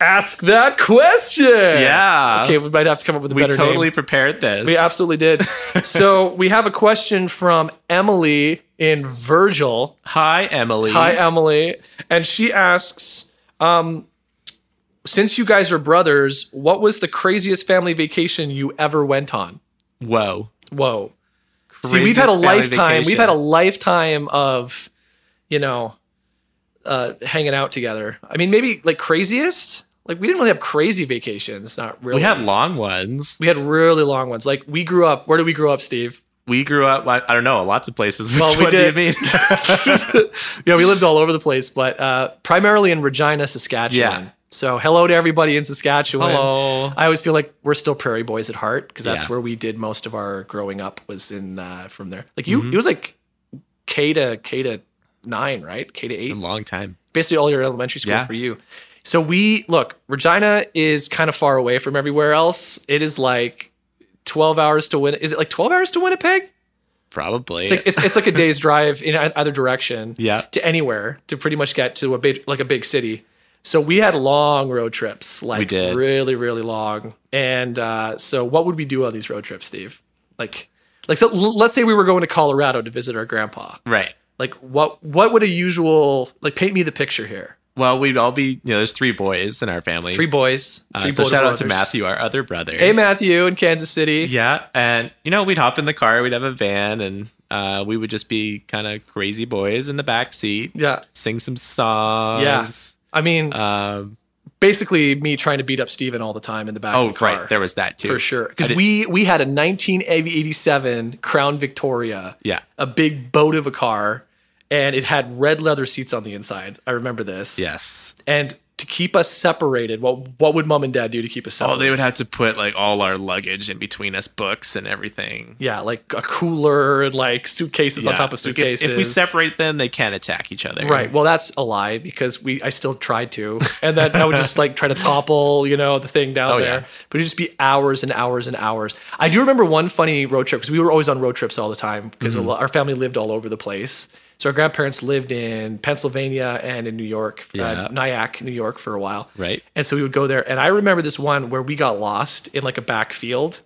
Speaker 1: "Ask That Question."
Speaker 2: Yeah.
Speaker 1: Okay, we might have to come up with a
Speaker 2: we
Speaker 1: better name.
Speaker 2: totally prepared this.
Speaker 1: We absolutely
Speaker 2: [LAUGHS]
Speaker 1: did. so we have a question from Emily in Virgil.
Speaker 2: Hi, Emily.
Speaker 1: Hi, Emily. And she asks, um, since you guys are brothers, what was the craziest family vacation you ever went on?
Speaker 2: Whoa.
Speaker 1: Whoa. See, we've had a lifetime. We've had a lifetime of, you know, uh, hanging out together. I mean, maybe like craziest. Like we didn't really have crazy vacations. Not really.
Speaker 2: We had long ones.
Speaker 1: we had really long ones. Like we grew up. Where did we grow up, Steve?
Speaker 2: We grew up. I I don't know. Lots of places. [LAUGHS] Which
Speaker 1: Well, we
Speaker 2: one
Speaker 1: did.
Speaker 2: do
Speaker 1: [LAUGHS]
Speaker 2: you mean?
Speaker 1: yeah, we lived all over the place, but uh, primarily in Regina, Saskatchewan.
Speaker 2: Yeah.
Speaker 1: So hello to everybody in Saskatchewan.
Speaker 2: [LAUGHS] Hello.
Speaker 1: I always feel like we're still prairie boys at heart because that's
Speaker 2: Yeah.
Speaker 1: where we did most of our growing up was in uh, from there. Like
Speaker 2: Mm-hmm.
Speaker 1: you, it was like K to K to nine, right? K to eight
Speaker 2: a long time.
Speaker 1: basically all your elementary school
Speaker 2: Yeah.
Speaker 1: for you. So we look, Regina is kind of far away from everywhere else. It is like 12 hours to win. Is it like 12 hours to Winnipeg?
Speaker 2: Probably.
Speaker 1: It's like it's, it's
Speaker 2: [LAUGHS]
Speaker 1: like a day's drive in ei- either direction
Speaker 2: Yeah.
Speaker 1: to anywhere to pretty much get to a big like a big city. So we had long road trips, like
Speaker 2: did.
Speaker 1: really really long. And uh, so what would we do on these road trips, Steve? Like like so l- let's say we were going to Colorado to visit our grandpa.
Speaker 2: right.
Speaker 1: Like what what would a usual like paint me the picture here?
Speaker 2: Well, we'd all be, you know, there's three boys in our family.
Speaker 1: Three boys.
Speaker 2: Uh,
Speaker 1: Three
Speaker 2: so
Speaker 1: boy
Speaker 2: shout out to
Speaker 1: brothers.
Speaker 2: Matthew, our other brother.
Speaker 1: Hey, Matthew in Kansas City.
Speaker 2: Yeah, and you know, we'd hop in the car, we'd have a van, and uh, we would just be kind of crazy boys in the back seat.
Speaker 1: Yeah.
Speaker 2: sing some songs.
Speaker 1: I mean,
Speaker 2: Um,
Speaker 1: basically me trying to beat up Steven all the time in the back
Speaker 2: oh,
Speaker 1: of the car.
Speaker 2: right, there was that too
Speaker 1: for sure.
Speaker 2: I
Speaker 1: Because
Speaker 2: did-
Speaker 1: we we had a 1987 Crown Victoria.
Speaker 2: Yeah.
Speaker 1: A big boat of a car, and it had red leather seats on the inside. I remember this.
Speaker 2: Yes.
Speaker 1: And to keep us separated, what what would mom and dad do to keep us
Speaker 2: Oh,
Speaker 1: separated?
Speaker 2: they would have to put like all our luggage in between us, books and everything.
Speaker 1: yeah, like a cooler and like suitcases on
Speaker 2: Yeah.
Speaker 1: top of
Speaker 2: Like, if-
Speaker 1: suitcases.
Speaker 2: If, we separate them, they can attack each other.
Speaker 1: Right. Well, that's a lie because we I still tried to, and then I would
Speaker 2: [LAUGHS]
Speaker 1: just like try to topple, you know, the thing down
Speaker 2: Oh, yeah.
Speaker 1: there. But it'd just be hours and hours and hours. I do remember one funny road trip because we were always on road trips all the time because
Speaker 2: Mm-hmm.
Speaker 1: our family lived all over the place. So our grandparents lived in Pennsylvania and in New York,
Speaker 2: Yeah.
Speaker 1: uh, Nyack, New York, for a while.
Speaker 2: Right.
Speaker 1: And so we would go there. And I remember this one where we got lost in like a backfield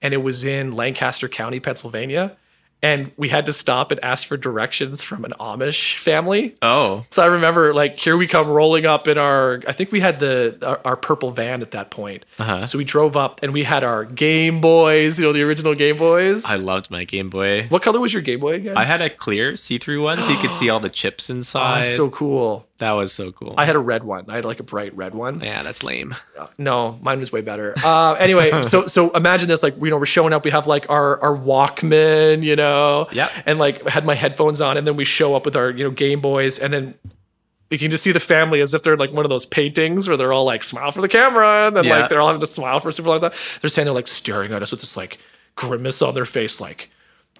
Speaker 1: and it was in Lancaster County, Pennsylvania. And we had to stop and ask for directions from an Amish family.
Speaker 2: Oh,
Speaker 1: So I remember, like, here we come rolling up in our. I think we had the our, our purple van at that point.
Speaker 2: Uh-huh.
Speaker 1: So we drove up and we had our Game Boys, you know, the original Game Boys.
Speaker 2: I loved my Game Boy.
Speaker 1: what color was your Game Boy again?
Speaker 2: I had a clear see-through one, so you could see all the [GASPS] chips
Speaker 1: oh,
Speaker 2: inside.
Speaker 1: that's so cool.
Speaker 2: that was so cool.
Speaker 1: I had a red one. I had like a bright red one.
Speaker 2: yeah, that's lame.
Speaker 1: No, mine was way better. Uh,
Speaker 2: [LAUGHS]
Speaker 1: anyway, so so imagine this, like you know, we're showing up. We have like our our Walkman, you know,
Speaker 2: Yep.
Speaker 1: and like had my headphones on, and then we show up with our you know Game Boys, and then you can just see the family as if they're in like one of those paintings where they're all like smile for the camera, and then
Speaker 2: Yeah.
Speaker 1: like they're all having to smile for a super long time. They're saying they're like staring at us with this like grimace on their face, like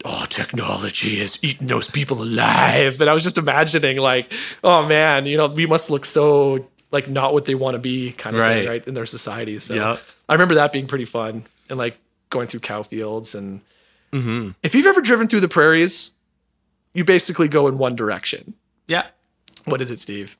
Speaker 1: oh, technology is eating those people alive. And I was just imagining, like, oh man, you know, we must look so like not what they want to be kind of thing,
Speaker 2: Right.
Speaker 1: right? In their society. So
Speaker 2: Yeah.
Speaker 1: I remember that being pretty fun and like going through cow fields. And
Speaker 2: Mm-hmm.
Speaker 1: if you've ever driven through the prairies, you basically go in one direction.
Speaker 2: Yeah.
Speaker 1: What is it, Steve?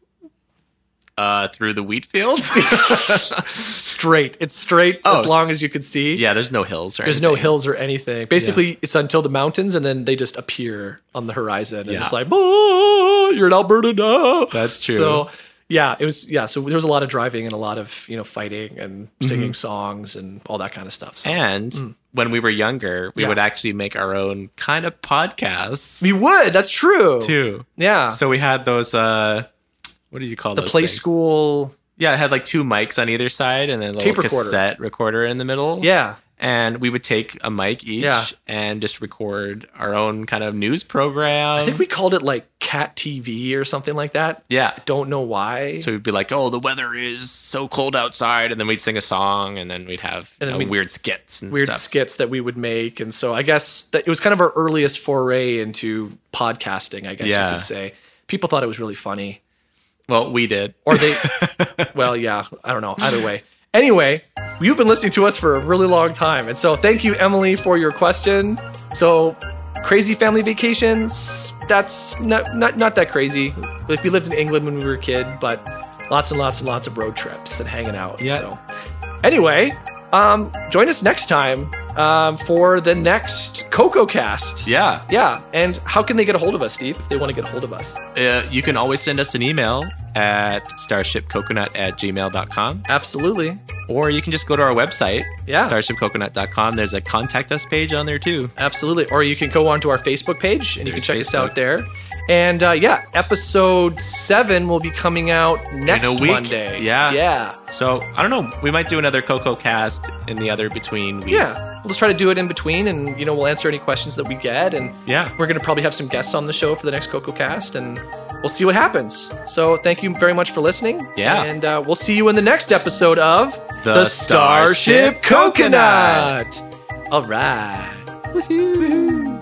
Speaker 2: Uh, through the wheat
Speaker 1: [LAUGHS]
Speaker 2: fields. [LAUGHS]
Speaker 1: Straight. It's straight
Speaker 2: Oh,
Speaker 1: as
Speaker 2: it's-
Speaker 1: long as you can see.
Speaker 2: yeah, there's no hills, right?
Speaker 1: There's no hills or anything. Basically, it's until the mountains, and then they just appear on the horizon, and it's
Speaker 2: Yeah.
Speaker 1: like, "Ah, you're in Alberta now.
Speaker 2: That's true.
Speaker 1: So, yeah, it was yeah. So there was a lot of driving and a lot of you know fighting and singing songs and all that kind of stuff. So
Speaker 2: Mm-hmm. And when we were younger, we
Speaker 1: Mm. Yeah.
Speaker 2: would actually make our own kind of podcasts
Speaker 1: we would. That's true.
Speaker 2: too.
Speaker 1: Yeah.
Speaker 2: So we had those. Uh, what do you call
Speaker 1: the
Speaker 2: those
Speaker 1: play
Speaker 2: things?
Speaker 1: school.
Speaker 2: Yeah, it had like two mics on either side, and then a little
Speaker 1: Tape recorder.
Speaker 2: cassette recorder in the middle.
Speaker 1: Yeah.
Speaker 2: and we would take a mic each
Speaker 1: Yeah.
Speaker 2: and just record our own kind of news program.
Speaker 1: I think we called it like Cat TV or something like that.
Speaker 2: yeah.
Speaker 1: Don't know why.
Speaker 2: So we'd be like, "Oh, the weather is so cold outside," and then we'd sing a song, and then we'd have
Speaker 1: And then
Speaker 2: uh,
Speaker 1: we'd-
Speaker 2: weird skits and
Speaker 1: weird
Speaker 2: stuff.
Speaker 1: skits that we would make. And so I guess that it was kind of our earliest foray into podcasting, I guess
Speaker 2: Yeah.
Speaker 1: you could say. People thought it was really funny.
Speaker 2: well, we did.
Speaker 1: Or they, [LAUGHS] well, yeah, I don't know. Either way. Anyway, you've been listening to us for a really long time. And so thank you, Emily, for your question. So crazy family vacations, that's not, not, not that crazy. Like we lived in England when we were a kid, but lots and lots and lots of road trips and hanging out.
Speaker 2: Yeah.
Speaker 1: So anyway, um, join us next time um, for the next Coco Cast.
Speaker 2: Yeah.
Speaker 1: Yeah. And how can they get a hold of us, Steve, if they want to get a hold of us?
Speaker 2: Uh, you can always send us an email at starshipcoconut at gmail.com,
Speaker 1: Absolutely.
Speaker 2: or you can just go to our website,
Speaker 1: Yeah.
Speaker 2: starshipcoconut.com. There's a contact us page on there too.
Speaker 1: Absolutely. Or you can go onto our Facebook page and you can
Speaker 2: There's
Speaker 1: check us
Speaker 2: Facebook.
Speaker 1: out there. And uh, yeah, episode seven will be coming out next
Speaker 2: a week.
Speaker 1: Monday.
Speaker 2: Yeah.
Speaker 1: Yeah.
Speaker 2: So I don't know. We might do another Coco cast in the other between week.
Speaker 1: Yeah. We'll just try to do it in between and, you know, we'll answer any questions that we get. And
Speaker 2: Yeah.
Speaker 1: we're going to probably have some guests on the show for the next Coco Cast and we'll see what happens. So thank you very much for listening.
Speaker 2: Yeah.
Speaker 1: And uh, we'll see you in the next episode of
Speaker 2: The Starship
Speaker 1: Coconut. All right. Woohoo.